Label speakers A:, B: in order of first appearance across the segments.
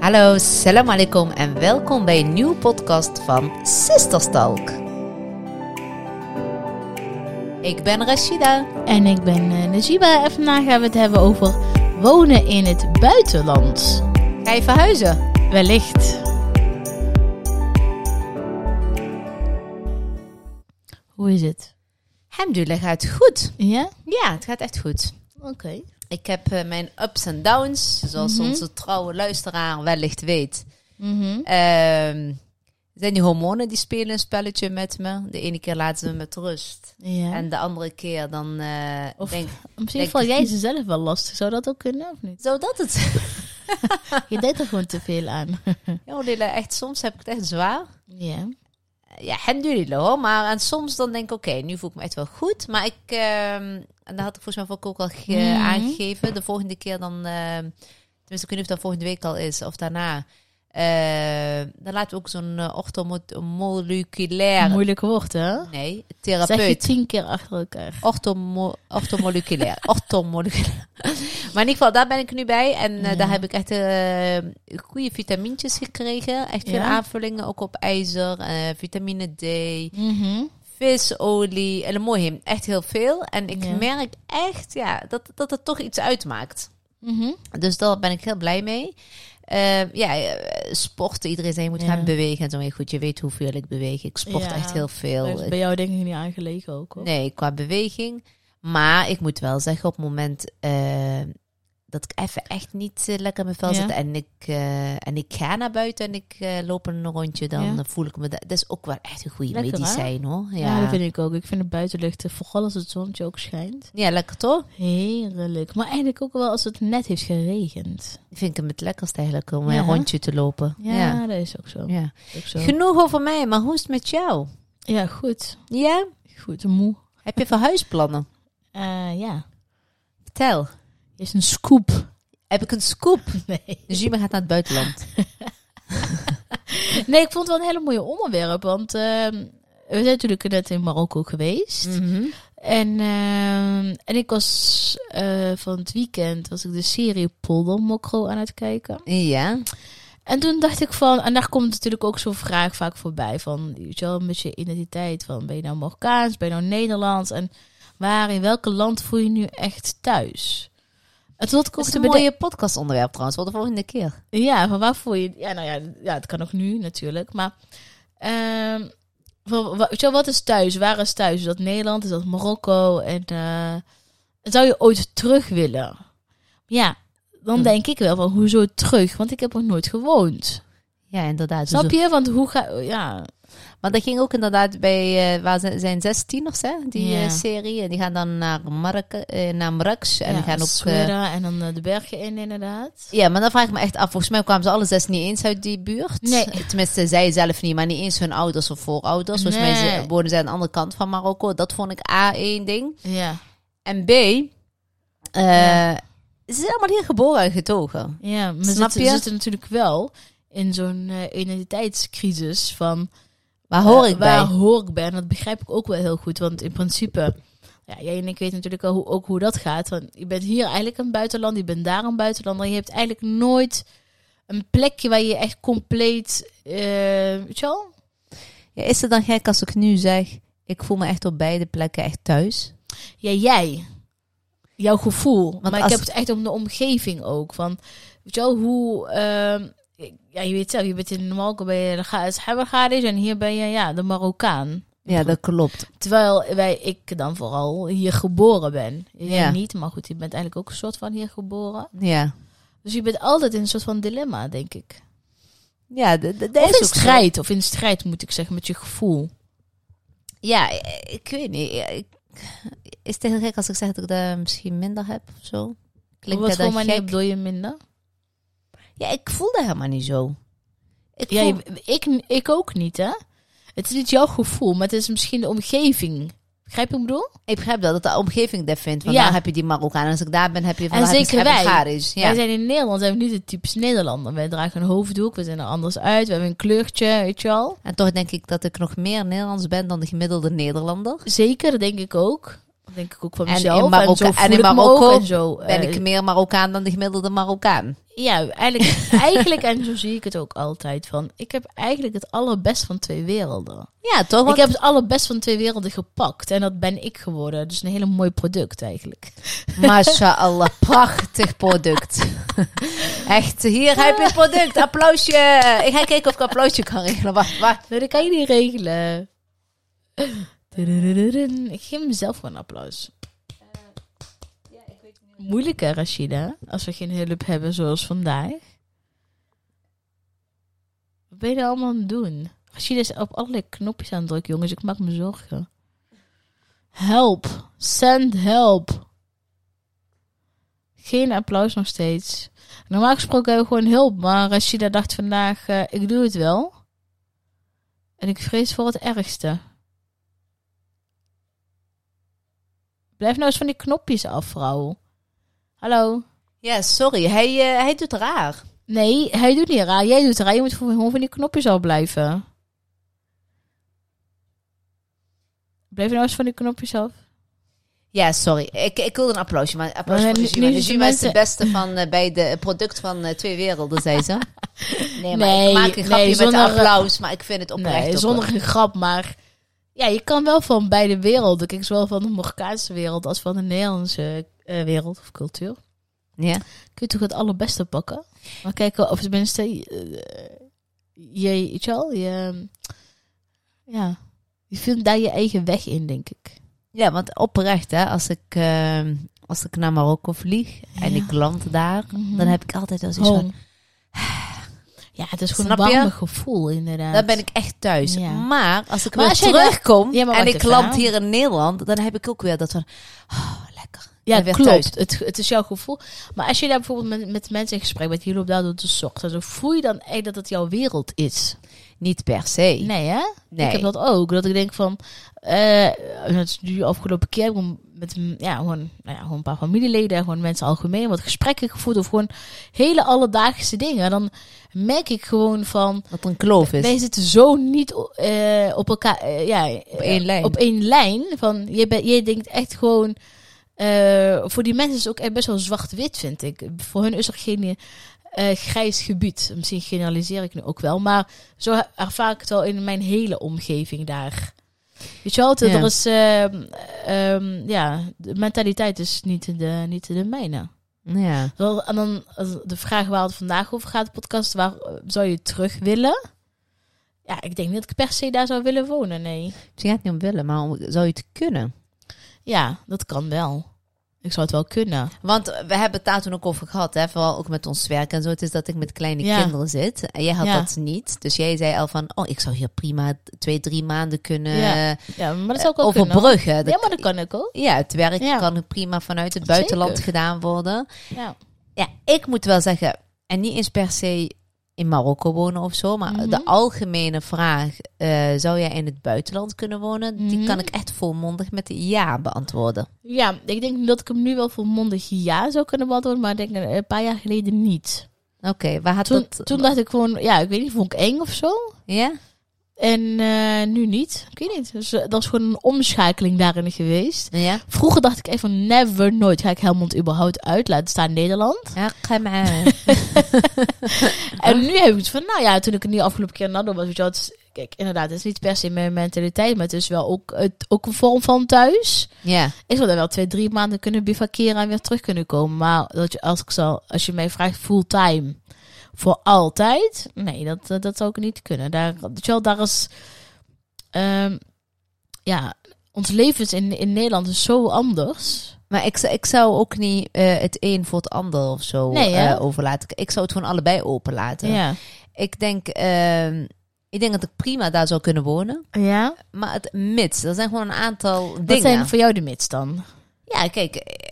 A: Hallo, salam alaikum en welkom bij een nieuwe podcast van Sisterstalk. Ik ben Rashida.
B: En ik ben eh, Najiba en vandaag gaan we het hebben over wonen in het buitenland.
A: Ga je verhuizen?
B: Wellicht. Hoe is het?
A: Alhamdulillah gaat goed.
B: Ja?
A: Ja, het gaat echt goed.
B: Oké.
A: Ik heb eh, mijn ups en downs, zoals
B: Mhm.
A: onze trouwe luisteraar wellicht weet.
B: Mhm.
A: Ehm, zijn die hormonen die spelen een spelletje met me. De ene keer laten ze me met rust.
B: Ja.
A: En de andere keer dan eh
B: Of-
A: denk
B: Misschien
A: denk-
B: val jij ze zelf wel lastig. Zou dat ook kunnen of niet?
A: zou dat het?
B: Je deed er gewoon te veel aan.
A: Ja, Lila, echt, soms heb ik het echt zwaar.
B: ja.
A: Ja, alhamdulillah hoor. Maar en soms dan denk ik, oké, nu voel ik me echt wel goed. Maar ik, ehm, en dat had ik volgens mij ook al ge-
B: Mhm.
A: aangegeven. De volgende keer dan, ehm tenminste ik weet niet of dat volgende week al is of daarna. eh, dan laten we ook zo'n eh, orthomoleculair,
B: Moeilijk woord, hè?
A: nee,
B: Zeg je
A: therapeut.
B: tien keer achter elkaar.
A: Orthomo- orthomoleculair. orthomoleculair. Maar in ieder geval, daar ben ik nu bij. En eh,
B: Ja.
A: daar heb ik echt eh, goede vitamintjes gekregen. Echt veel
B: Ja?
A: aanvullingen, ook op ijzer, eh, vitamine D
B: Mhm.
A: visolie en mooi, echt heel veel. En ik
B: Ja.
A: merk echt ja, dat, dat het toch iets uitmaakt.
B: Mhm.
A: Dus daar ben ik heel blij mee. Eh, ja, eh, sporten, iedereen zei je moet
B: Ja.
A: gaan bewegen en zo. Maar goed, je weet hoeveel ik beweeg. Ik sport
B: Ja.
A: echt heel
B: Dat
A: veel.
B: is bij jou denk ik niet aangelegen ook, hoor.
A: Nee, qua beweging. Maar ik moet wel zeggen, op het moment eh, dat ik even echt niet eh, lekker in mijn vel
B: Ja.
A: zit en ik, eh, en ik ga naar buiten en ik eh, loop een rondje, dan
B: Ja.
A: voel ik me... da- Dat is ook wel echt een goede
B: Lekker, hè?
A: medicijn, hoor. Ja.
B: Ja. dat vind ik ook. Ik vind de buitenlucht, eh, vooral als het zonnetje ook schijnt,
A: ja, lekker toch?
B: heerlijk. Maar eigenlijk ook wel als het net heeft geregend.
A: vind ik hem het lekkerst eigenlijk om
B: Ja.
A: een rondje te lopen.
B: Ja,
A: Ja. Ja.
B: dat is ook zo. Ook zo.
A: Genoeg over mij, maar hoe is het met jou?
B: Ja, goed.
A: Ja?
B: Goed, moe.
A: Heb je verhuisplannen?
B: Eh, ja,
A: Vertel.
B: is een scoop.
A: Heb ik een scoop?
B: Nee.
A: Dus Juma gaat naar het buitenland.
B: nee, ik vond het wel een hele mooie onderwerp, want ehm, we zijn natuurlijk net in Marokko geweest.
A: Mm. Mhm.
B: En, ehm, en ik was eh, van het weekend, was ik de serie Poldermokro aan het kijken.
A: Ja.
B: En toen dacht ik van, en daar komt natuurlijk ook zo'n vraag vaak voorbij van, weet je wel, met je identiteit van, ben je nou Marokkaans, ben je nou Nederlands en waar, in welk land voel je nu echt thuis? En toen had ik
A: Dat
B: ook
A: is
B: te
A: een
B: bede-
A: mooie podcastonderwerp trouwens, voor de volgende keer.
B: ja, van waar voel je, ja, nou ja, ja, het kan ook nu natuurlijk, maar ehm, van, wa- weet je wel, wat is thuis? Waar is thuis? Is dat Nederland? Is dat Marokko? En eh, zou je ooit terug willen? Ja, dan
A: Hm.
B: denk ik wel van, hoezo terug? Want ik heb er nooit gewoond.
A: Ja, inderdaad.
B: Snap
A: Dus-
B: je? Want hoe ga ja,
A: Want dat ging ook inderdaad bij, eh, waar ze- zijn zes tieners, hè, die
B: Ja.
A: eh, serie. En die gaan dan naar, Marrakesh naar Marrakesh en
B: ja,
A: die gaan ook... eh,
B: Swera en dan eh, de bergen in inderdaad.
A: Ja, maar dan vraag ik me echt af. Volgens mij kwamen ze alle zes niet eens uit die buurt.
B: Nee.
A: Tenminste, zij zelf niet, maar niet eens hun ouders of voorouders. Volgens mij
B: Nee.
A: ze- wonen zij aan de andere kant van Marokko. Dat vond ik A, één ding.
B: Ja,
A: En B, eh, ze zijn allemaal hier geboren en getogen.
B: ja maar
A: Snap
B: zitten,
A: je?
B: zitten natuurlijk wel in zo'n eh, identiteitscrisis van
A: Waar hoor
B: eh,
A: ik
B: waar
A: bij?
B: hoor ik bij. En dat begrijp ik ook wel heel goed, want in principe, ja, jij en ik weten natuurlijk al hoe, ook hoe dat gaat. Want je bent hier eigenlijk een buitenland, je bent daar een buitenlander. Je hebt eigenlijk nooit een plekje waar je echt compleet, eh weet je wel?
A: Ja, is het dan gek als ik nu zeg, ik voel me echt op beide plekken echt thuis?
B: Ja, jij. Jouw gevoel. maar ik
A: als-
B: heb het echt om de omgeving ook. Van, weet je wel, hoe... ehm, ja, je weet zelf, je bent in Marokko, ben je de Ga- Schabergadis en hier ben je ja, de Marokkaan.
A: Ja, dat klopt.
B: Terwijl wij, ik dan vooral hier geboren ben. Jij
A: Ja.
B: niet, maar goed, je bent eigenlijk ook een soort van hier geboren.
A: Ja,
B: Dus je bent altijd in een soort van dilemma, denk ik.
A: ja dat dat- dat
B: Of
A: is
B: in
A: ook zo.
B: strijd, of in strijd moet ik zeggen, met je gevoel.
A: Ja, eh, ik weet niet. Ja, ik- Is het heel gek als ik zeg dat ik daar misschien minder heb of zo?
B: Op
A: Klinkt
B: wat
A: dat dan
B: voor manier
A: gek?
B: bedoel je minder?
A: Ja, ik voelde helemaal niet zo. Ik
B: Ja,
A: voel-
B: je- ik, ik ook niet, hè? Het is niet jouw gevoel, maar het is misschien de omgeving. Begrijp je wat ik bedoel?
A: ik begrijp wel dat de omgeving dat vindt. Want
B: Ja.
A: daar heb je die Marokkaan. En als ik daar ben, heb je van
B: En
A: daar heb je
B: zeker
A: Scherp en
B: wij.
A: Garis. Ja.
B: Wij zijn in Nederland zijn we niet het typisch Nederlander. Wij dragen een hoofddoek, we zijn er anders uit, we hebben een kleurtje, weet je wel.
A: En toch denk ik dat ik nog meer Nederlands ben dan de gemiddelde Nederlander.
B: Zeker, dat denk ik ook. Dat denk ik ook van
A: En in
B: mezelf. En,
A: Marokko-
B: zo
A: en
B: voel
A: in
B: ik me
A: Marokko
B: ook en zo.
A: Ben
B: eh,
A: ik meer Marokkaan dan de gemiddelde Marokkaan?
B: Ja, eigenlijk, eigenlijk, en zo zie ik het ook altijd van. Ik heb eigenlijk het allerbest van twee werelden.
A: Ja, toch?
B: Ik heb het allerbest van twee werelden gepakt. En dat ben ik geworden. Dus een hele mooi product eigenlijk.
A: Masha'Allah, prachtig product. Echt, hier heb je het product. Applausje. Ik ga kijken of ik applausje kan regelen. Wacht, wacht.
B: Nou, dat kan je niet regelen. Tudurudurun. Ik geef mezelf gewoon een applaus. Moeilijk hè, Rashida? Als we geen hulp hebben zoals vandaag. Wat ben je er allemaal aan het doen? Rashida is op allerlei knopjes aan het drukken, jongens. Ik maak me zorgen. Help. Send help. Geen applaus nog steeds. Normaal gesproken hebben we gewoon hulp. Maar Rashida dacht vandaag, eh, ik doe het wel. En ik vrees voor het ergste. Blijf nou eens van die knopjes af, vrouw. Hallo.
A: Ja, sorry. Hij, eh, hij doet raar.
B: Nee, hij doet niet raar. Jij doet raar. Je moet gewoon van die knopjes af blijven. Blijf nou eens van die knopjes af.
A: Ja, sorry. Ik, ik wilde een applausje, maar een applausje
B: Maar
A: voor de
B: nu-
A: Juma.
B: nu
A: De
B: is de
A: Juma is de
B: mensen-
A: beste van eh, bij de het product van eh, Twee Werelden, zei ze. Nee, maar ik
B: Nee,
A: maak een
B: nee,
A: grapje
B: zonder-
A: met de applaus, maar ik vind het oprecht.
B: nee,
A: ook
B: zonder
A: wel.
B: een grap, maar... Ja, je kan wel van beide werelden. Kijk, zowel van de Marokkaanse wereld als van de Nederlandse eh, wereld of cultuur.
A: Ja?
B: kun je toch het allerbeste pakken. Maar kijken of tenminste eh, je, weet je, wel, je, ja, je vindt daar je eigen weg in, denk ik.
A: ja, want oprecht, hè, als ik, eh, als ik naar Marokko vlieg en
B: Ja.
A: ik land daar,
B: Mhm.
A: dan heb ik altijd wel zoiets van,
B: Gewoon. Ja, het is gewoon
A: Snap
B: een
A: je?
B: warme gevoel, inderdaad.
A: dan ben ik echt thuis.
B: Ja.
A: Maar als ik
B: Maar
A: weer
B: als jij
A: terugkom
B: daar- Ja, maar
A: en ik
B: wacht even,
A: land
B: hè.
A: hier in Nederland, dan heb ik ook weer dat van, oh, lekker.
B: ja,
A: weer thuis.
B: klopt. Het, het is jouw gevoel. Maar als je daar bijvoorbeeld met, met mensen in gesprek bent, je loopt daar door de zocht, dan voel je dan echt dat het jouw wereld is.
A: Niet per se.
B: Nee, hè?
A: Nee.
B: Ik heb dat ook. Dat ik denk van, eh, het is nu afgelopen keer heb ik gewoon met mm, ja, gewoon, nou ja, gewoon een paar familieleden, gewoon mensen algemeen, wat gesprekken gevoerd of gewoon hele alledaagse dingen. Dan merk ik gewoon van,
A: Dat een kloof is.
B: wij zitten zo niet o- eh, op elkaar, eh, ja, eh,
A: één lijn.
B: Op één lijn. Van, je, bent je denkt echt gewoon, eh, voor die mensen is het ook echt best wel zwart-wit, vind ik. Voor hun is er geen eh, grijs gebied. Misschien generaliseer ik nu ook wel, maar zo ervaar ik het wel in mijn hele omgeving daar. Weet je wel,
A: Ja.
B: er is, ehm, ehm, ja, de mentaliteit is niet de, niet de mijne.
A: Ja.
B: Wel, En dan als de vraag waar het vandaag over gaat, de podcast, waar eh, zou je terug willen? Ja, ik denk niet dat ik per se daar zou willen wonen, nee.
A: Misschien gaat het niet om willen, maar om- zou je het kunnen?
B: Ja, dat kan wel. Ik zou het wel kunnen.
A: Want we hebben het daar toen ook over gehad, hè? vooral ook met ons werk en zo. Het is dat ik met kleine
B: Ja.
A: kinderen zit. En jij had
B: Ja.
A: dat niet. Dus jij zei al van, oh, ik zou hier prima twee, drie maanden kunnen
B: Ja,
A: eh,
B: Ja, maar dat zou ik ook kunnen.
A: overbruggen. Dat-
B: Ja, maar dat kan ik ook.
A: ja, het werk
B: Ja.
A: kan prima vanuit het buitenland
B: Zeker.
A: gedaan worden.
B: Ja.
A: Ja, ik moet wel zeggen, en niet eens per se in Marokko wonen of zo, maar
B: Mhm.
A: de algemene vraag, eh, zou jij in het buitenland kunnen wonen? Die
B: Mhm.
A: kan ik echt volmondig met ja beantwoorden.
B: ja, ik denk dat ik hem nu wel volmondig ja zou kunnen beantwoorden, maar ik denk eh, een paar jaar geleden niet.
A: Oké, waar had
B: Toen,
A: dat...
B: toen dacht ik gewoon, ja, ik weet niet, vond ik eng of zo.
A: Ja?
B: En eh, nu niet. Ik weet niet. Dus, eh, dat is gewoon een omschakeling daarin geweest.
A: Ja?
B: Vroeger dacht ik echt van never nooit ga ik Helmond überhaupt uit laten staan in Nederland.
A: Ja, ga maar.
B: En nu heb ik het van, nou ja, toen ik het nu afgelopen keer in Nando was, weet je wel, het is- kijk, inderdaad, het is niet per se mijn mentaliteit, maar het is wel ook, het, ook een vorm van thuis.
A: Ja.
B: Ik zou daar wel twee, drie maanden kunnen bivakeren en weer terug kunnen komen. Maar dat je, als, ik zal, als je mij vraagt fulltime voor altijd, nee, dat, dat, dat zou ik niet kunnen. Daar, weet je wel, daar is, ehm, ja, ons leven is in, in Nederland is zo anders.
A: Maar ik, zou- ik zou ook niet eh, het een voor het ander of zo
B: Nee, hè?
A: eh, overlaten. Ik zou het gewoon allebei openlaten.
B: Ja.
A: Ik, denk, ehm, ik denk dat ik prima daar zou kunnen wonen.
B: Ja?
A: Maar het mits, er zijn gewoon een aantal
B: Wat
A: dingen.
B: zijn voor jou de mits dan?
A: Ja, kijk, eh,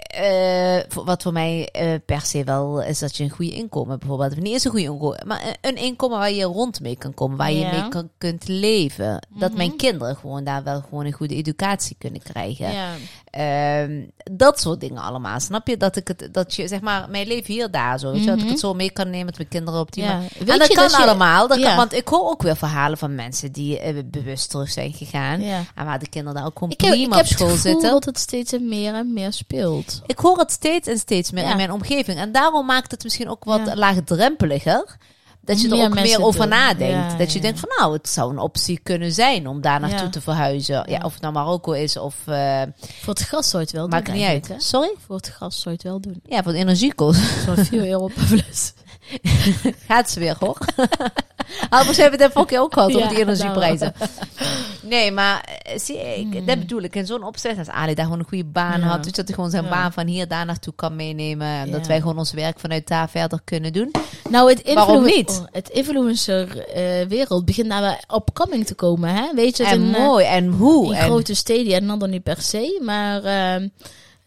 A: eh, voor- wat voor mij eh, per se wel is dat je een goede inkomen bijvoorbeeld. Of niet eens een goede inkomen, maar een- een inkomen waar je rond mee kan komen. Waar
B: Ja.
A: je mee kan, kunt leven. Dat mijn
B: Mhm.
A: kinderen gewoon daar wel gewoon een goede educatie kunnen krijgen.
B: ja.
A: Ehm, dat soort dingen allemaal. Snap je? Dat ik het, dat je zeg maar, mijn leven hier daar zo. Weet je, dat ik
B: Mhm.
A: het zo mee kan nemen met mijn kinderen op die
B: Ja.
A: manier.
B: Weet
A: En dat
B: je
A: kan
B: dat je-
A: allemaal. Dat kan,
B: Ja.
A: want ik hoor ook weer verhalen van mensen die eh, bewust terug zijn gegaan.
B: Ja.
A: En waar de kinderen daar ook gewoon
B: Ik heb, ik
A: prima
B: heb
A: op school
B: het gevoel
A: zitten.
B: dat het steeds meer en meer speelt.
A: Ik hoor het steeds en steeds meer
B: Ja.
A: in mijn omgeving. En daarom maakt het misschien ook wat
B: Ja.
A: laagdrempeliger. Dat je
B: Meer
A: er ook
B: mensen
A: meer over
B: doen.
A: nadenkt.
B: Ja,
A: dat je
B: ja,
A: denkt van nou, het zou een optie kunnen zijn om daar naartoe
B: Ja.
A: te verhuizen. Ja,
B: Ja.
A: Of het naar Marokko is of... eh
B: Voor het gas zou je het wel
A: maakt
B: doen.
A: niet uit.
B: eigenlijk, hè?
A: Sorry?
B: Voor het gas zou je het wel doen.
A: Ja, van energiekosten
B: Zo'n 4 euro per fles.
A: gaat ze weer hoor. Anders hebben we het vorige keer ook gehad
B: Ja,
A: over die energieprijzen. Nee, maar eh, zie, ik, dat bedoel ik. In zo'n opzicht, als Ali daar gewoon een goede baan
B: Hmm. Ja.
A: had. Dus dat hij gewoon zijn
B: Ja.
A: baan van hier daar naartoe kan meenemen. En dat
B: Ja.
A: wij gewoon ons werk vanuit daar verder kunnen doen.
B: Nou, het,
A: Waarom
B: influ-
A: niet?
B: oh, het influencer eh, wereld begint nou wel opkoming te komen. Hè? Weet je, het
A: en
B: in, eh,
A: mooi en hoe.
B: in
A: En
B: grote steden en dan niet per se. Maar ehm,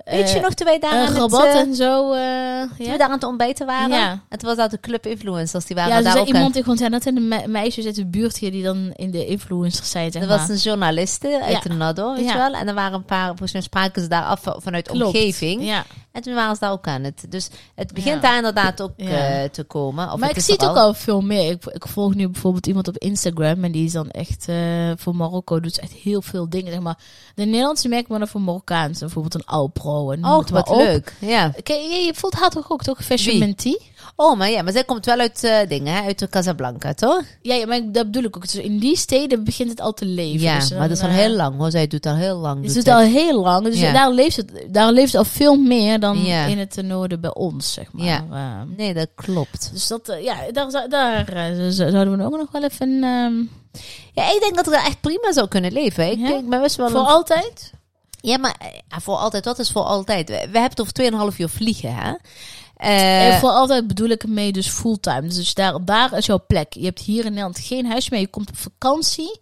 A: weet je
B: eh,
A: nog toen wij daar,
B: een
A: aan, het,
B: rabat
A: eh,
B: en zo. eh,
A: toen
B: ja,
A: we daar aan het ontbijten waren?
B: Ja.
A: Het was dat de club influencers die waren
B: ja er
A: daar
B: zijn
A: ook. eh, aan-
B: iemand die gewoon zei, dat zijn de me- meisjes uit de buurt hier die dan in de influencers zijn. Zeg
A: Er
B: maar.
A: was een journaliste uit
B: Ja.
A: de Nado, weet
B: Ja.
A: je wel. En er waren een paar, volgens mij spraken ze daar af vanuit de
B: Klopt.
A: omgeving.
B: Ja.
A: En toen waren ze daar ook aan het. Dus het begint
B: Ja.
A: daar inderdaad ook
B: Ja.
A: eh, te komen. Of
B: maar
A: het
B: ik
A: is
B: zie
A: er
B: het ook al veel meer. Ik, ik volg nu bijvoorbeeld iemand op Instagram en die is dan echt eh, voor Marokko doet ze echt heel veel dingen. Zeg maar. De Nederlandse merken worden voor Marokkaans, bijvoorbeeld een Alpro en noem
A: Oh,
B: het maar
A: wat
B: op.
A: leuk. Ja.
B: Ken je, je voelt haar toch ook, toch? Fashion
A: Wie?
B: Mentee?
A: Oh, maar ja, maar zij komt wel uit eh, dingen, hè? uit de Casablanca, toch?
B: Ja, ja, maar ik- dat bedoel ik ook. Dus in die steden begint het al te leven.
A: ja,
B: Dus
A: maar dat
B: dan,
A: is al
B: eh,
A: heel lang hoor. Zij doet al heel lang.
B: Dus
A: doet
B: het doet
A: zij-
B: al heel lang. Dus
A: Ja.
B: daar, leeft het, daar leeft het al veel meer dan
A: Ja.
B: in het eh, noorden bij ons, zeg maar.
A: Ja.
B: Ehm,
A: Nee, dat klopt.
B: dus dat, eh, ja, daar, zou- daar eh, z- zouden we ook nog wel even... ehm,
A: Ja, ik denk dat ik daar echt prima zou kunnen leven. Ik,
B: Ja?
A: ik ben best wel
B: voor
A: een-
B: altijd?
A: Ja, maar eh, ja, voor altijd. Wat is voor altijd? We, we hebben het over 2,5 uur vliegen, hè?
B: En
A: Eh,
B: voor altijd bedoel ik mee dus fulltime. Dus daar, daar is jouw plek. Je hebt hier in Nederland geen huis meer. Je komt op vakantie.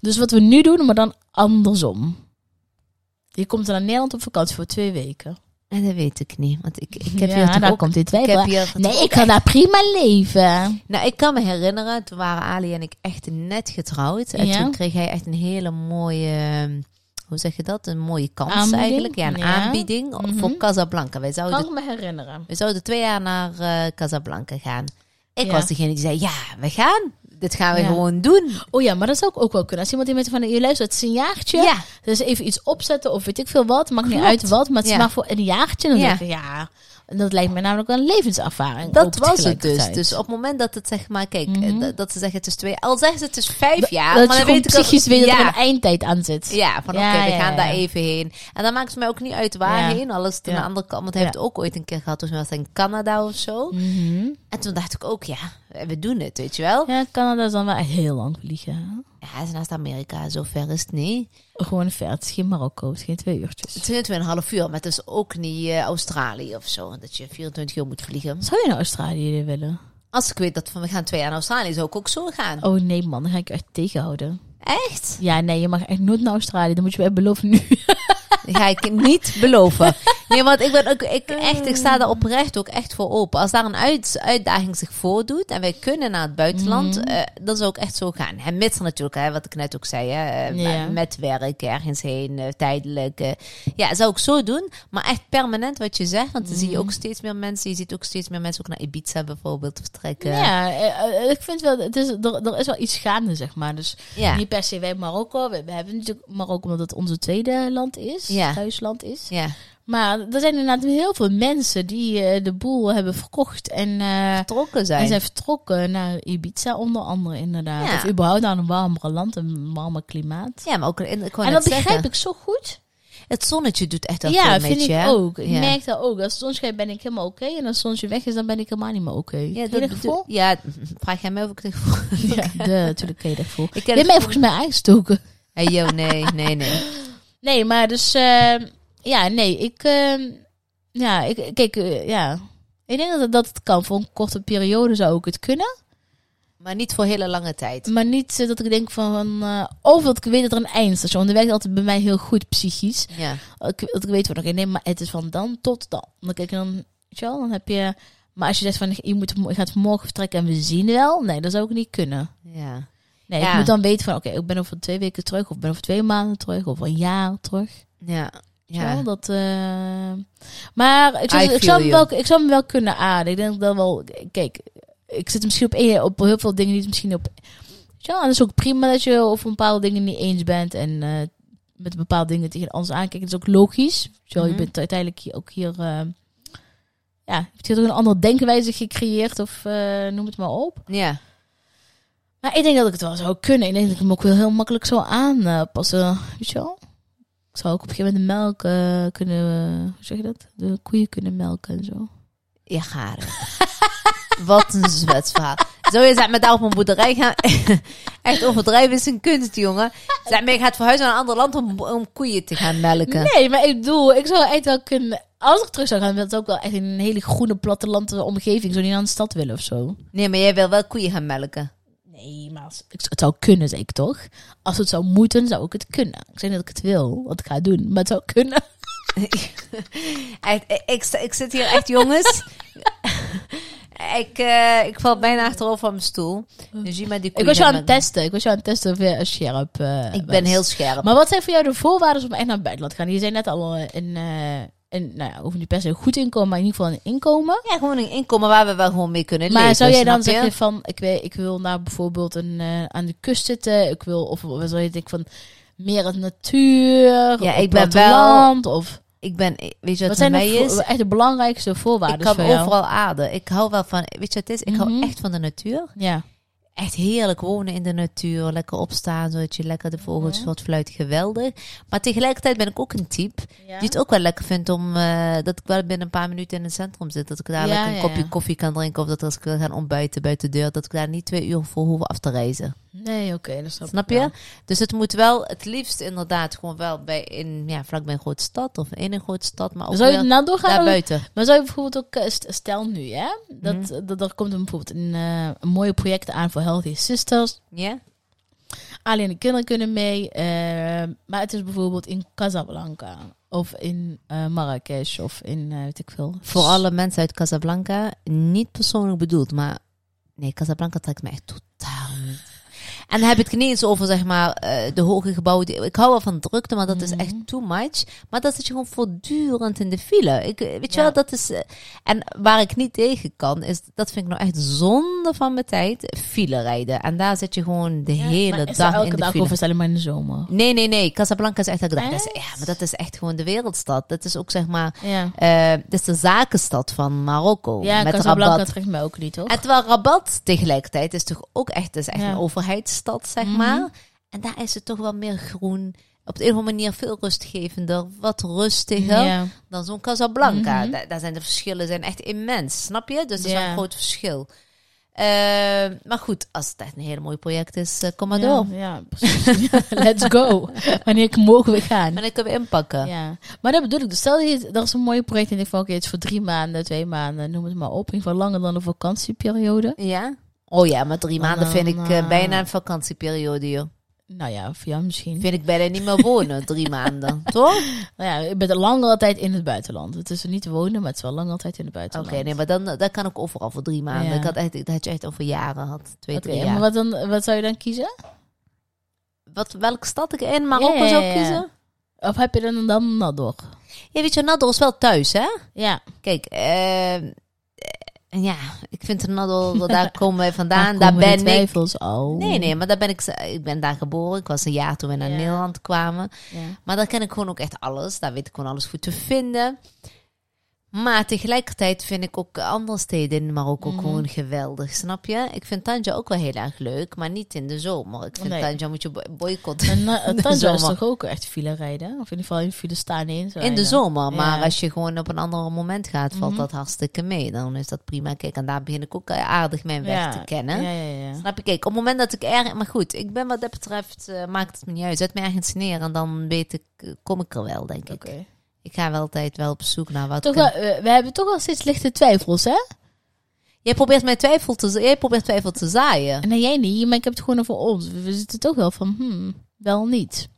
B: Dus wat we nu doen, maar dan andersom. Je komt dan naar Nederland op vakantie voor twee weken.
A: En dat weet ik niet, want ik, ik heb
B: ja,
A: hier toch
B: daar
A: ook...
B: komt dit
A: Ik
B: twijfel.
A: heb
B: hè?
A: hier toch
B: Nee,
A: ook
B: ik kan daar prima leven.
A: Nou, ik kan me herinneren, toen waren Ali en ik echt net getrouwd. En
B: Ja.
A: toen kreeg hij echt een hele mooie, ehm, hoe zeg je dat? Een mooie kans
B: Aanbieding?
A: eigenlijk. Ja, een
B: Ja.
A: aanbieding
B: Mhm.
A: voor Casablanca. Wij zouden,
B: Kan ik me herinneren.
A: wij zouden twee jaar naar eh, Casablanca gaan. Ik
B: Ja.
A: was degene die zei, ja, we gaan. Dit gaan we
B: Ja.
A: gewoon doen.
B: Oh ja, maar dat zou ik ook wel kunnen. Als iemand die met van je luistert, het is een jaartje.
A: Ja.
B: Dus even iets opzetten of weet ik veel wat. Maakt niet
A: Klopt.
B: uit wat, maar het is
A: Ja.
B: maar voor een jaartje. Dan
A: Ja.
B: denk ik, ja, dat lijkt me namelijk wel een levenservaring. ook
A: Dat was het dus.
B: tegelijkertijd.
A: Dus op het moment dat het zeg maar, kijk, eh,
B: Mhm.
A: dat, dat ze zeggen het is twee, al zeggen ze het is vijf jaar,
B: dat
A: maar
B: je
A: dan
B: gewoon
A: weet ik al-
B: psychisch weet dat
A: ja.
B: er een eindtijd aan zit.
A: Ja, van
B: Ja,
A: oké, we
B: ja,
A: gaan
B: ja,
A: daar
B: ja.
A: even heen. En dan maakt het mij ook niet uit waarheen. Alles aan de
B: Ja.
A: andere kant. Want hij
B: Ja.
A: heeft het ook ooit een keer gehad. Toen was hij in Canada of zo.
B: Mhm.
A: En toen dacht ik ook, ja, we doen het, weet je wel.
B: Ja, Canada is dan wel echt heel lang vliegen. hè?
A: Ja, hij is naast Amerika, zo ver is het niet.
B: Gewoon ver, het is geen Marokko, het is geen twee uurtjes.
A: Het is 22,5 uur, maar het is ook niet eh, Australië of zo. Dat je 24 uur moet vliegen.
B: Zou je naar Australië willen?
A: Als ik weet dat van, we gaan twee jaar naar Australië, zou ik ook zo gaan.
B: Oh nee man, dan ga ik je echt tegenhouden.
A: Echt?
B: Ja, nee, je mag echt nooit naar Australië. Dan moet je me echt beloven nu.
A: Dat ga ik niet beloven. Nee, want ik ben ook ik, echt, ik sta daar oprecht ook echt voor open. Als daar een uit- uitdaging zich voordoet en wij kunnen naar het buitenland,
B: Mhm.
A: eh, dan zou ik echt zo gaan. En mits natuurlijk, hè, wat ik net ook zei, hè, eh,
B: Ja.
A: met werk ergens heen, eh, tijdelijk. eh. ja, zou ik zo doen. Maar echt permanent wat je zegt, want dan zie je
B: Mhm.
A: ook steeds meer mensen. Je ziet ook steeds meer mensen ook naar Ibiza bijvoorbeeld vertrekken.
B: Ja, eh, eh, ik vind wel, het is, er, er is wel iets gaande, zeg maar. Dus
A: Ja.
B: niet per se wij Marokko. We, we hebben natuurlijk Marokko omdat het onze tweede land is,
A: Ja.
B: thuisland is.
A: Ja.
B: Maar er zijn inderdaad heel veel mensen die eh, de boel hebben verkocht en... eh,
A: Vertrokken
B: En
A: zijn.
B: zijn vertrokken naar Ibiza, onder andere inderdaad.
A: Ja.
B: Of überhaupt naar een warmer land, een warmer klimaat.
A: Ja, maar ook in, ik wou
B: en
A: net
B: dat
A: zeggen,
B: begrijp ik zo goed.
A: Het zonnetje doet echt dat
B: ja,
A: veel met
B: vind
A: je,
B: ik
A: hè?
B: ook. Ik
A: Ja.
B: merk dat ook. Als het zon schijnt ben ik helemaal oké. En als het zonnetje weg is, dan ben ik helemaal niet meer oké.
A: Ja,
B: Ja,
A: dat
B: dat
A: bedoel-
B: gevoel?
A: Ja, vraag jij mij of ik het gevoel
B: Ja, de, natuurlijk ken je dat gevoel.
A: Ik
B: Je
A: ken
B: bent
A: het
B: mij volgens mij aangestoken.
A: Hey, yo, nee, nee, nee. ehm,
B: Nee, maar dus... eh, ja, nee, ik... eh, ja, ik, kijk, eh, ja... Ik denk dat, dat het kan. Voor een korte periode zou ik het kunnen.
A: Maar niet voor hele lange tijd.
B: Maar niet eh, dat ik denk van... eh of dat ik weet dat er een eindstation... Want dat werkt altijd bij mij heel goed psychisch. Eh,
A: Ja.
B: Ik, dat ik weet van, oké, nee, maar het is van dan tot dan. Dan kijk je dan... Weet je wel, dan heb je... Maar als je zegt van, je, moet, je gaat morgen vertrekken en we zien wel... Nee, dat zou ik niet kunnen.
A: ja.
B: Nee,
A: Ja.
B: ik moet dan weten van, oké, ik ben over twee weken terug... of ik ben over twee maanden terug, of een jaar terug.
A: Ja.
B: Ja.
A: Ja.
B: dat, eh, maar ik zou,
A: I
B: ik,
A: feel
B: zou hem
A: you.
B: wel, ik zou hem wel kunnen aan. Ik denk dat wel... Kijk, ik zit misschien op, één, op heel veel dingen niet misschien op... Ja, en dat is ook prima dat je over bepaalde dingen niet eens bent. En eh, met bepaalde dingen tegen anders aankijkt. Dat is ook logisch. Zo,
A: Mhm.
B: Je bent uiteindelijk hier- ook hier... eh, ja, je hebt hier toch een andere denkwijze gecreëerd. Of eh, noem het maar op.
A: Ja.
B: Maar Nou, ik denk dat ik het wel zou kunnen. Ik denk dat ik hem ook wel heel makkelijk zou aanpassen. weet je wel? Ik zou ook op een gegeven moment de melk eh, kunnen... eh, hoe zeg je dat? De koeien kunnen melken en zo.
A: Ja, garen. Wat een zwetsverhaal. Zo je zegt me daar op een boerderij gaan. Echt overdrijven is een kunst, jongen. Zeg me, je gaat verhuizen naar een ander land om, om koeien te gaan melken.
B: Nee, maar ik bedoel, ik zou echt wel kunnen... Als ik terug zou gaan, wil ik ook wel echt in een hele groene plattelandse omgeving. Zo niet aan de stad willen of zo.
A: Nee, maar jij wil wel koeien gaan melken.
B: Nee, maar als- ik, het zou kunnen, zeg ik toch? Als het zou moeten, zou ik het kunnen. Ik zeg niet dat ik het wil, wat ik ga doen. Maar het zou kunnen.
A: Echt, ik, ik, sta- ik zit hier echt, jongens. ik, eh, ik val bijna achterover van mijn stoel. Dus zie maar die
B: Oh. Ik
A: koeien
B: was jou
A: gaan
B: aan het
A: melken.
B: testen. Ik was jou aan het testen of je eh, scherp eh,
A: Ik ben
B: was.
A: heel scherp.
B: Maar wat zijn voor jou de voorwaarden om echt naar het buitenland te gaan? Je zei net al eh, een, eh, een nou ja, hoeft niet per se een goed inkomen, maar in ieder geval een inkomen.
A: Ja, gewoon een inkomen waar we wel gewoon mee kunnen
B: Maar
A: leven.
B: zou jij dan
A: snap je?
B: zeggen van, ik, weet, ik wil naar bijvoorbeeld een, eh, aan de kust zitten, ik wil, of wat zou je denken van, meer het natuur,
A: Ja,
B: of
A: ik ben
B: platteland, of
A: Ik ben, eh, weet je wat,
B: wat
A: het
B: zijn
A: bij
B: de
A: mij
B: vo-
A: is?
B: echt de belangrijkste voorwaarden
A: Ik kan
B: dus voor jou?
A: overal aarden. Ik hou wel van, weet je wat het is? Ik
B: Mhm.
A: hou echt van de natuur.
B: Ja,
A: Echt heerlijk wonen in de natuur. Lekker opstaan, zodat je lekker de vogels
B: Mhm.
A: wat fluit. Geweldig. Maar tegelijkertijd ben ik ook een type
B: ja.
A: die het ook wel lekker vindt om... eh, dat ik wel binnen een paar minuten in het centrum zit. Dat ik dadelijk
B: Ja,
A: een
B: ja,
A: kopje
B: ja.
A: koffie kan drinken. Of dat als ik wil gaan ontbijten buiten de deur. Dat ik daar niet twee uur voor hoef af te reizen.
B: nee, oké, dat snap,
A: Snap
B: ik
A: je?
B: wel.
A: Dus het moet wel het liefst inderdaad gewoon wel bij in, ja, vlakbij een grote stad. Of in een grote stad. Maar ook
B: Zou je
A: weer
B: er nou doorgaan? of-
A: daarbuiten.
B: Maar zou je bijvoorbeeld ook, eh, st- stel nu hè, dat,
A: Mhm.
B: dat er komt een, bijvoorbeeld een, eh, een mooie project aan voor Healthy Sisters.
A: Ja?
B: Alleen de kinderen kunnen mee. eh, maar het is bijvoorbeeld in Casablanca. Of in eh, Marrakesh. Of in, eh, weet ik veel.
A: Voor alle mensen uit Casablanca, niet persoonlijk bedoeld, maar nee, Casablanca trekt me echt totaal niet. En dan heb ik het niet eens over, zeg maar, eh, de hoge gebouwen. die- Ik hou wel van drukte, maar dat is echt
B: Mhm.
A: too much. Maar dat zit je gewoon voortdurend in de file. Ik, eh, weet je
B: Ja.
A: wel, dat is... eh, en waar ik niet tegen kan, is, dat vind ik nou echt zonde van mijn tijd, file rijden. En daar zit je gewoon de hele
B: is dat
A: dag
B: elke
A: in de
B: dag
A: file.
B: of is het alleen maar in de zomer?
A: Nee, nee, nee. Casablanca is echt elke dag. Dat is-
B: Echt?
A: ja, maar dat is echt gewoon de wereldstad. Dat is ook, zeg maar...
B: Ja,
A: Eh, het is de zakenstad van Marokko.
B: ja
A: met
B: Casablanca
A: Rabat.
B: trekt mij ook niet, toch?
A: En terwijl Rabat tegelijkertijd is toch ook echt, het is echt
B: Ja.
A: een overheidsstad, zeg
B: Mhm.
A: maar. En daar is het toch wel meer groen. Op de een of andere manier veel rustgevender, wat rustiger
B: Ja.
A: dan zo'n Casablanca.
B: Mhm.
A: daar, daar zijn de verschillen zijn echt immens, snap je? Dus dat is wel
B: Ja.
A: een groot verschil. Eh, maar goed, als het echt een hele mooi project is, eh,
B: Oh,
A: kom maar door.
B: Ja, ja, precies. Let's go. Wanneer mogen we gaan?
A: En ik hem inpakken.
B: Ja, maar dat bedoel ik. Dus stel je, dat is een mooi project en ik van oké, het is voor drie maanden, twee maanden, noem het maar op. In ieder geval langer dan een vakantieperiode.
A: Ja? Oh ja, maar drie
B: Maar
A: maanden vind ik
B: dan,
A: eh,
B: eh,
A: bijna een vakantieperiode, joh.
B: Nou ja, voor jou misschien.
A: Vind ik bijna niet meer wonen, drie maanden. Toch?
B: Nou ja, je bent een langere tijd in het buitenland. Het is er niet wonen, maar het is wel langere tijd in het
A: Oké,
B: buitenland.
A: nee, maar dan, dat kan ook overal voor drie maanden.
B: Ja.
A: Ik had echt, dat had je echt over jaren had. Twee,
B: Oké,
A: drie
B: maar
A: jaar. Wat,
B: wat, dan, wat zou je dan kiezen?
A: welke stad ik in Marokko
B: Ja, ja,
A: zou
B: ja.
A: kiezen?
B: Of heb je dan dan Nador?
A: Ja, weet je, Nador is wel thuis, hè?
B: Ja,
A: Kijk, eh, eh, ja, ik vind Nador, daar komen wij vandaan.
B: komen
A: Daar
B: de
A: ben ik.
B: twijfels al.
A: Nee, nee, maar daar ben ik, ik ben daar geboren. Ik was een jaar toen we naar
B: Ja.
A: Nederland kwamen.
B: Ja.
A: Maar daar ken ik gewoon ook echt alles. Daar weet ik gewoon alles goed te vinden. Maar tegelijkertijd vind ik ook andere steden in Marokko
B: Mhm.
A: gewoon geweldig, snap je? Ik vind Tanja ook wel heel erg leuk, maar niet in de zomer. Ik vind
B: Nee.
A: Tanja moet je bo- boycotten.
B: En uh,
A: de
B: Tangier is
A: zomer.
B: toch ook echt file rijden? Of in ieder geval in file staan in. zo
A: In de
B: rijden.
A: zomer, maar
B: Ja.
A: als je gewoon op een ander moment gaat, valt
B: Mhm.
A: dat hartstikke mee. Dan is dat prima. Kijk, en daar begin ik ook eh, aardig mijn weg
B: Ja,
A: te kennen.
B: Ja, ja, ja.
A: Snap je? Kijk, op het moment dat ik erg... Maar goed, ik ben wat dat betreft, eh, maakt het me niet uit. Zet me ergens neer en dan weet ik, eh, kom ik er wel, denk ik.
B: Oké.
A: Ik ga wel altijd wel op zoek naar wat
B: Toch
A: kan-
B: wel, eh, we hebben toch wel steeds lichte twijfels, hè?
A: Jij probeert mij twijfel te, jij probeert twijfel te zaaien.
B: En nee, jij niet, maar ik heb het gewoon over ons. We zitten toch wel van, hmm, wel niet.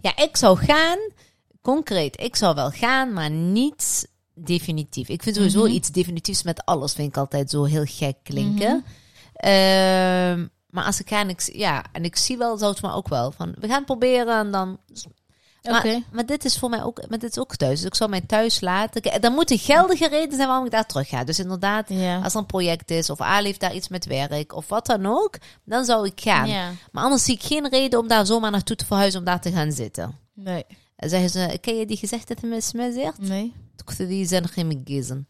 A: Ja, ik zou gaan, concreet, ik zou wel gaan, maar niet definitief. Ik vind sowieso
B: Mhm.
A: iets definitiefs met alles, vind ik altijd zo heel gek klinken. Ehm, maar als ik ga en ik, z- ja, en ik zie wel, zou het me ook wel van, we gaan het proberen en dan...
B: Oké.
A: Maar, maar dit is voor mij ook, maar dit is ook thuis. Dus ik zou mij thuis laten. Kijk, Er moet een geldige reden zijn waarom ik daar terug ga. Dus inderdaad,
B: Ja.
A: als er een project is, of Ali heeft daar iets met werk, of wat dan ook, dan zou ik gaan.
B: ja.
A: Maar anders zie ik geen reden om daar zomaar naartoe te verhuizen om daar te gaan zitten.
B: Nee.
A: En zeggen ze, ken je die gezegde dat hem smezeert?
B: Nee.
A: Toen dacht ik, Die zijn geen gezen.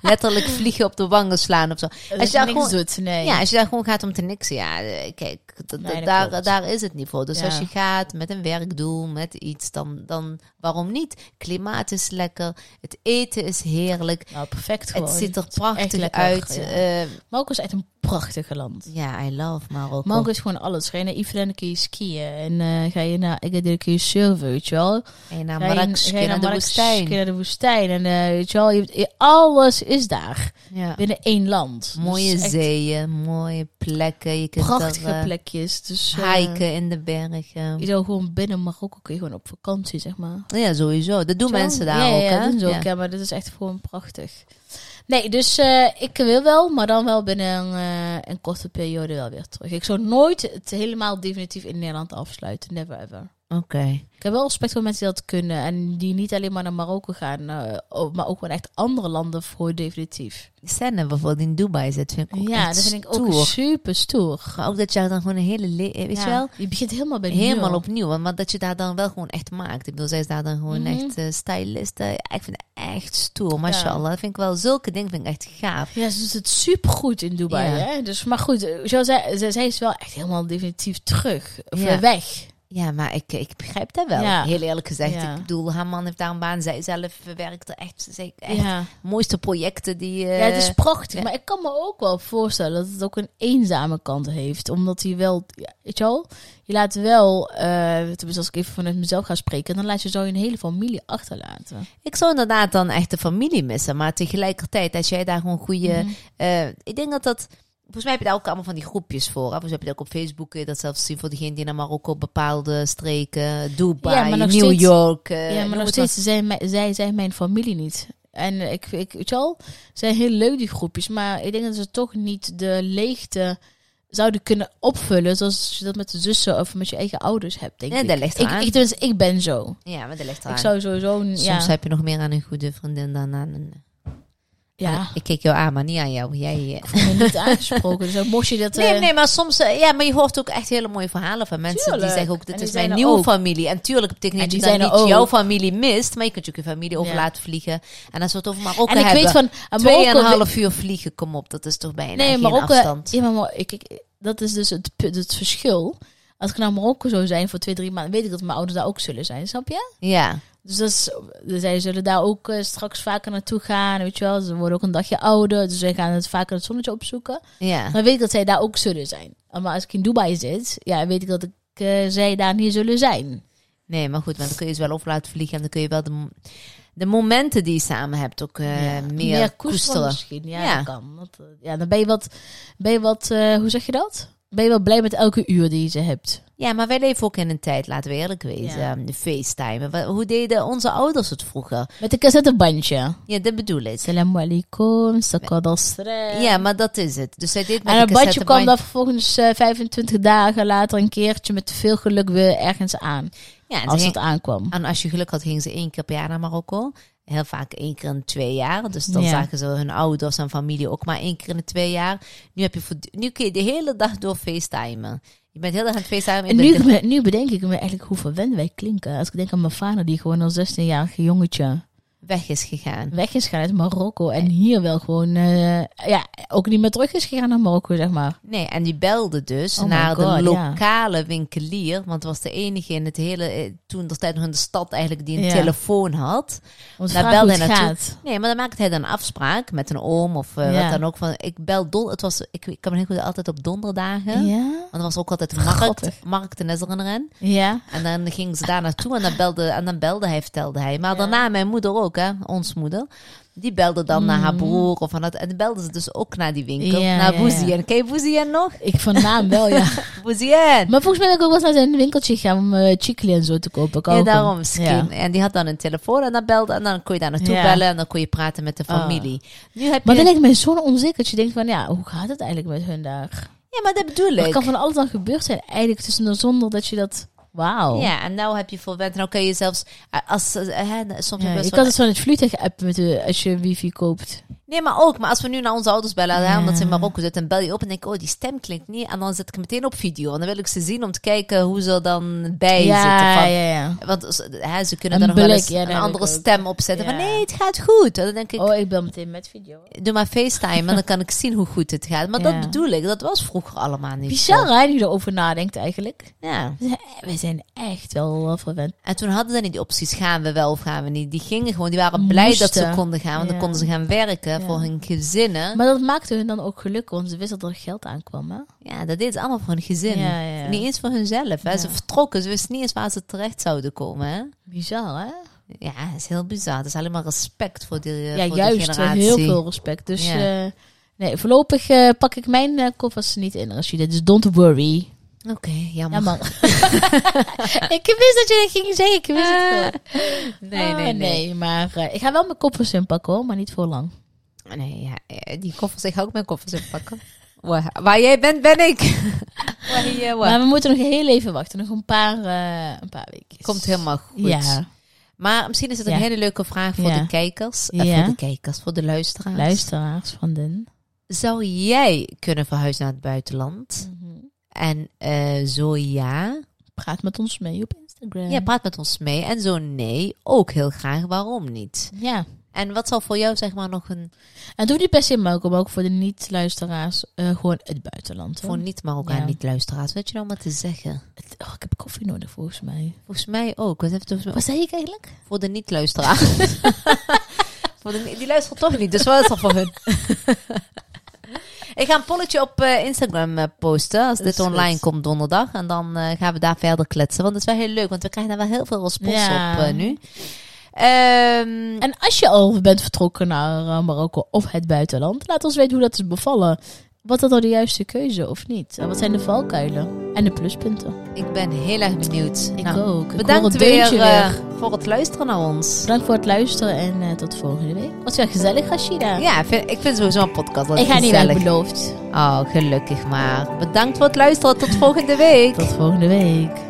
A: Letterlijk vliegen op de wangen slaan of zo.
B: Als je
A: daar
B: niks
A: gewoon-
B: doet, nee.
A: Ja, als je daar gewoon gaat om te niksen, ja, eh, kijk, d- d-
B: Nee, dat
A: daar,
B: klopt.
A: daar is het niet voor. Dus
B: Ja.
A: als je gaat met een werkdoel, met iets, dan, dan waarom niet? Klimaat is lekker, het eten is heerlijk,
B: Nou, perfect gewoon.
A: het ziet er prachtig
B: lekker,
A: uit. eh.
B: ja.
A: Ja.
B: Marokko is echt een prachtige land.
A: ja, I love Marokko.
B: Marokko is gewoon alles. Ga je naar Yvelines, kun je skiën. En eh, ga je naar Agadir, kun je surfen, weet je wel.
A: En naar
B: Ga je-
A: Marrakesh,
B: ga je
A: naar de
B: Marrakesh, kun je
A: woestijn.
B: naar de woestijn. En eh, weet je wel, je hebt- je- alles is daar.
A: Ja.
B: Binnen één land.
A: Mooie
B: Dus echt
A: zeeën, mooie plekken. Je kunt
B: Prachtige
A: er, eh,
B: plekjes. Dus, eh,
A: hiken in de bergen.
B: Je zou gewoon binnen Marokko kun je gewoon op vakantie, zeg maar.
A: Ja, sowieso. Dat doen
B: Zo.
A: mensen daar
B: ja,
A: ook,
B: ja,
A: hè?
B: dat doen ze ook,
A: Ja.
B: hè, maar dit is echt gewoon prachtig. Nee, dus eh, ik wil wel, maar dan wel binnen eh, een korte periode wel weer terug. Ik zou nooit het helemaal definitief in Nederland afsluiten, never ever.
A: Oké.
B: Ik heb wel respect voor mensen die dat kunnen en die niet alleen maar naar Marokko gaan, eh, o- maar ook gewoon echt andere landen voor definitief.
A: Die scène bijvoorbeeld die in Dubai zit, vind ik ook
B: ja,
A: echt
B: dat vind ik ook
A: stoer.
B: super stoer.
A: Maar ook dat je dan gewoon een hele... le- eh, Weet
B: Ja,
A: je wel?
B: Je begint helemaal bij
A: Helemaal
B: nul.
A: opnieuw. Want maar dat je daar dan wel gewoon echt maakt. Ik bedoel, zij is daar dan gewoon
B: Mhm.
A: echt eh, stylisten. Ja, ik vind het echt stoer. Mashallah. Dat vind ik wel... Zulke dingen vind ik echt gaaf.
B: Ja, ze doet het supergoed in Dubai.
A: Ja.
B: Hè? Dus, maar goed, eh, zoals zij, zij, zij is wel echt helemaal definitief terug. Of
A: Ja.
B: weg.
A: Ja, maar ik, ik begrijp dat wel.
B: Ja.
A: Heel eerlijk gezegd.
B: Ja.
A: Ik bedoel, haar man heeft daar een baan. Zij zelf werkt er echt... Zij, echt
B: Ja.
A: mooiste projecten die... eh,
B: ja, dus- het is prachtig.
A: ja.
B: Maar ik kan me ook wel voorstellen dat het ook een eenzame kant heeft. Omdat hij wel, ja, weet je wel, je laat wel, eh, tenminste als ik even vanuit mezelf ga spreken, dan laat je zo een hele familie achterlaten.
A: Ik zou inderdaad dan echt de familie missen. Maar tegelijkertijd, als jij daar gewoon goede.
B: Mhm.
A: eh, ik denk dat dat. Volgens mij heb je daar ook allemaal van die groepjes voor. Hè? Volgens mij heb je dat ook op Facebook. kun je dat zelfs zien voor degenen die naar Marokko bepaalde streken. eh, Dubai,
B: Ja, maar nog
A: New
B: steeds-
A: York. eh,
B: ja,
A: noem
B: maar nog
A: het
B: steeds, zijn mij- zij zijn mijn familie niet. En ik, ik weet je wel, ze zijn heel leuk die groepjes, maar ik denk dat ze toch niet de leegte zouden kunnen opvullen zoals je dat met de zussen of met je eigen ouders hebt, denk
A: Ja,
B: ik.
A: dat ligt
B: ik,
A: eraan.
B: ik, tenminste, ik ben zo.
A: maar- Ja, maar dat ligt eraan.
B: Ik zou sowieso... een- Ja,
A: Soms heb je nog meer aan een goede vriendin dan aan een...
B: ja.
A: Ik keek jou aan, maar niet aan jou. Jij... eh.
B: Ik voel me niet aangesproken. Dus dan moest je dat...
A: Nee,
B: eh,
A: nee, maar soms... eh, ja, maar je hoort ook echt hele mooie verhalen van mensen die
B: Tuurlijk.
A: zeggen ook... Dit
B: En die
A: is mijn
B: zijn er
A: nieuwe
B: ook.
A: familie. En tuurlijk betekent
B: En
A: niet dat
B: die
A: je dan
B: zijn er
A: niet jouw
B: ook.
A: familie mist. Maar je kunt je ook je familie over
B: Ja.
A: laten vliegen. En als we het over Marokko
B: En ik
A: hebben...
B: weet van... aan Marokko,
A: Tweeënhalf uur vliegen, kom op. Dat is toch bijna
B: nee,
A: geen
B: Marokko...
A: afstand.
B: Ja, maar Mar- ik, ik- dat is dus het, pu- het verschil. Als ik naar Marokko zou zijn voor twee, drie maanden... weet ik dat mijn ouders daar ook zullen zijn, snap je?
A: Ja.
B: Dus dat is, zij zullen daar ook eh, straks vaker naartoe gaan, weet je wel. Ze worden ook een dagje ouder, dus zij gaan het vaker het zonnetje opzoeken.
A: Ja.
B: Dan weet ik dat zij daar ook zullen zijn. Maar als ik in Dubai zit, ja, weet ik dat ik, eh, zij daar niet zullen zijn.
A: Nee, maar goed, maar dan kun je ze wel op laten vliegen. En dan kun je wel de, mom- de momenten die je samen hebt ook eh,
B: Ja,
A: meer, koesteren.
B: misschien. Ja,
A: Ja.
B: dat kan. Want, eh, ja, dan ben je wat, ben je wat eh, hoe zeg je dat? Ben je wel blij met elke uur die je ze hebt.
A: Ja, maar wij leven ook in een tijd, laten we eerlijk wezen. ehm,
B: Ja.
A: De FaceTime. Wa- Hoe deden onze ouders het vroeger?
B: Met een cassettebandje.
A: Ja, dat bedoel ik.
B: Salam alaikum, sakadastre.
A: Ja, maar dat is het. Dus zij deed met
B: En
A: een
B: dat bandje kwam
A: cassetteband-
B: dan vervolgens eh, 25 dagen later een keertje met veel geluk weer ergens aan.
A: Ja, en ze
B: Als
A: ging-
B: het aankwam.
A: En als je geluk had, gingen ze één keer per jaar naar Marokko. Heel vaak één keer in twee jaar. Dus dan
B: Ja.
A: zagen ze hun ouders en familie ook maar één keer in de twee jaar. Nu, heb je voort- nu kun je de hele dag door facetimen. Je bent heel erg aan het facetimen. Je
B: En
A: bent
B: nu,
A: de-
B: me- nu bedenk ik me eigenlijk hoe verwend wij klinken. Als ik denk aan mijn vader die gewoon als 16-jarige jongetje
A: weg is gegaan.
B: weg is gegaan uit Marokko. En hier wel gewoon, eh, ja, ook niet meer terug is gegaan naar Marokko, zeg maar.
A: Nee, en die belde dus
B: Oh my
A: naar
B: God,
A: de
B: ja.
A: lokale winkelier. Want het was de enige in het hele, eh, toen de tijd nog in de stad eigenlijk, die een
B: Ja.
A: telefoon had.
B: Want
A: Daar
B: vraag
A: belde
B: hoe het
A: hij
B: gaat.
A: Nee, maar dan maakte hij dan een afspraak met een oom of eh,
B: Ja.
A: wat dan ook. Van, ik bel don. Het was, ik, ik kan me heel goed altijd op donderdagen.
B: Ja?
A: Want er was ook altijd
B: Grappig.
A: markt, markt in Ezrenren.
B: Ja.
A: En dan gingen ze daar naartoe en dan belde, en dan belde hij, vertelde hij. Maar daarna mijn moeder ook, hè, ons moeder. Die belde dan naar haar broer of van het. En belde ze dus ook naar die winkel.
B: Mm. Ja,
A: naar
B: ja, ja.
A: Boezien. Ken je Boezien nog?
B: Ik van naam wel, ja.
A: Boezien!
B: Maar volgens mij ben ik ook wel eens naar zijn winkeltje gegaan om eh chicli en zo te kopen.
A: Ja,
B: kauwgom.
A: daarom skin.
B: Ja.
A: En die had dan een telefoon en dan belde en dan kon je daar naartoe
B: Ja. Ah.
A: bellen en dan kon je praten met de familie. Nu heb
B: Maar
A: je...
B: dan lijkt mij zo'n onzeker dat je denkt van, ja, hoe gaat het eigenlijk met hun daar?
A: ja, maar dat bedoel
B: Er
A: ik.
B: kan van alles dan gebeurd zijn eigenlijk tussendoor zonder dat je dat... Wauw.
A: Ja, en nou heb je verwend. En dan kan je zelfs... eh, Als, eh, hè, soms
B: Ja,
A: heb
B: je
A: je
B: kan dus-
A: wel-
B: het van het vliegtuig appen met de, als je wifi koopt.
A: Nee, maar ook. Maar als we nu naar onze ouders bellen, hè, omdat ze in
B: Ja.
A: Marokko zitten, en bel je op en denk ik, oh, die stem klinkt niet. En dan zet ik hem meteen op video. En dan wil ik ze zien om te kijken hoe ze er dan bij zitten.
B: ja,
A: Van,
B: ja, ja.
A: Want ze- hè, ze kunnen
B: Een
A: dan nog wel
B: blik,
A: eens
B: ja, dat
A: een
B: heb ik
A: andere
B: ook.
A: stem opzetten. Van
B: Ja.
A: nee, het gaat goed. En dan denk ik,
B: Oh, ik bel meteen met video.
A: doe maar FaceTime en dan kan ik zien hoe goed het gaat. Maar
B: Ja.
A: dat bedoel ik, dat was vroeger allemaal niet zo.
B: Bizar, hè, die erover nadenkt eigenlijk.
A: Ja.
B: We zijn echt wel wel verwend.
A: En toen hadden ze niet de opties, gaan we wel of gaan we niet. Die gingen gewoon, die waren blij dat ze
B: Moesten.
A: konden gaan. Want dan
B: Ja.
A: konden ze gaan werken
B: Ja.
A: voor hun gezinnen.
B: Maar dat maakte hun dan ook gelukkig, want ze wisten dat er geld aankwam, hè?
A: Ja, dat deed ze allemaal voor hun gezin.
B: Ja, ja.
A: Niet eens voor hunzelf. Hè. Ze
B: Ja.
A: vertrokken, ze wisten niet eens waar ze terecht zouden komen. Hè.
B: Bizar, hè?
A: Ja, dat is heel bizar. Dat is alleen maar respect voor die, eh,
B: Ja,
A: voor die
B: juist.
A: generatie.
B: Heel veel respect. Dus
A: Ja.
B: eh, nee, voorlopig eh, pak ik mijn eh, koffers niet in, Rashida. Dus don't worry.
A: Oké, jammer.
B: Ja, man. ik wist dat je dat ging zeggen. Ik wist het wel.
A: Eh, Nee,
B: Ah,
A: nee, nee. nee.
B: Maar eh, ik ga wel mijn koffers inpakken, hoor. Maar niet voor lang.
A: ja, eh, die koffers, ik ga ook mijn koffers inpakken. Waar, waar jij bent, ben ik. waar je, waar.
B: Maar we moeten nog heel even wachten. Nog een paar, eh, een paar weken.
A: Komt helemaal goed.
B: Ja.
A: Maar misschien is het een
B: Ja.
A: hele leuke vraag voor
B: Ja.
A: de kijkers. eh,
B: Ja.
A: voor de kijkers, voor de luisteraars.
B: Luisteraars van den.
A: Zou jij kunnen verhuizen naar het buitenland? En eh, zo ja.
B: Praat met ons mee op Instagram.
A: Ja, praat met ons mee. En zo nee, ook heel graag. Waarom niet?
B: ja.
A: En wat zal voor jou zeg maar nog een
B: En doe niet per se Marokko, maar ook voor de niet-luisteraars eh, gewoon het buitenland. hè.
A: voor niet-Marokkaan
B: Ja.
A: niet-luisteraars? Wat heb je nou maar te zeggen?
B: Het- oh, ik heb koffie nodig volgens mij.
A: Volgens mij ook. Wat heeft het volgens mij
B: Wat zei ik eigenlijk?
A: ook voor de niet-luisteraar? Voor de niet- die luistert toch niet, dus wat is dat voor hun? Ik ga een polletje op eh, Instagram eh, posten als
B: Dat
A: dit
B: is
A: online
B: goed.
A: komt donderdag. En dan eh, gaan we daar verder kletsen. Want het is wel heel leuk, want we krijgen daar wel heel veel respons
B: Ja.
A: op eh, nu. Ehm,
B: En als je al bent vertrokken naar eh, Marokko of het buitenland, laat ons weten hoe dat is bevallen. Wat dat nou de juiste keuze of niet? En wat zijn de valkuilen en de pluspunten?
A: ik ben heel erg benieuwd.
B: Ik
A: Nou,
B: ook. Ik hoor
A: Bedankt
B: het
A: weer,
B: deuntje
A: eh, voor het luisteren naar ons.
B: Bedankt voor het luisteren en eh, tot volgende week. Was weer gezellig, Rashida.
A: Ja, ik vind, ik vind sowieso een podcast wel
B: ik ga niet weg,
A: gezellig.
B: beloofd.
A: Oh, gelukkig maar. Bedankt voor het luisteren. Tot volgende week.
B: Tot volgende week.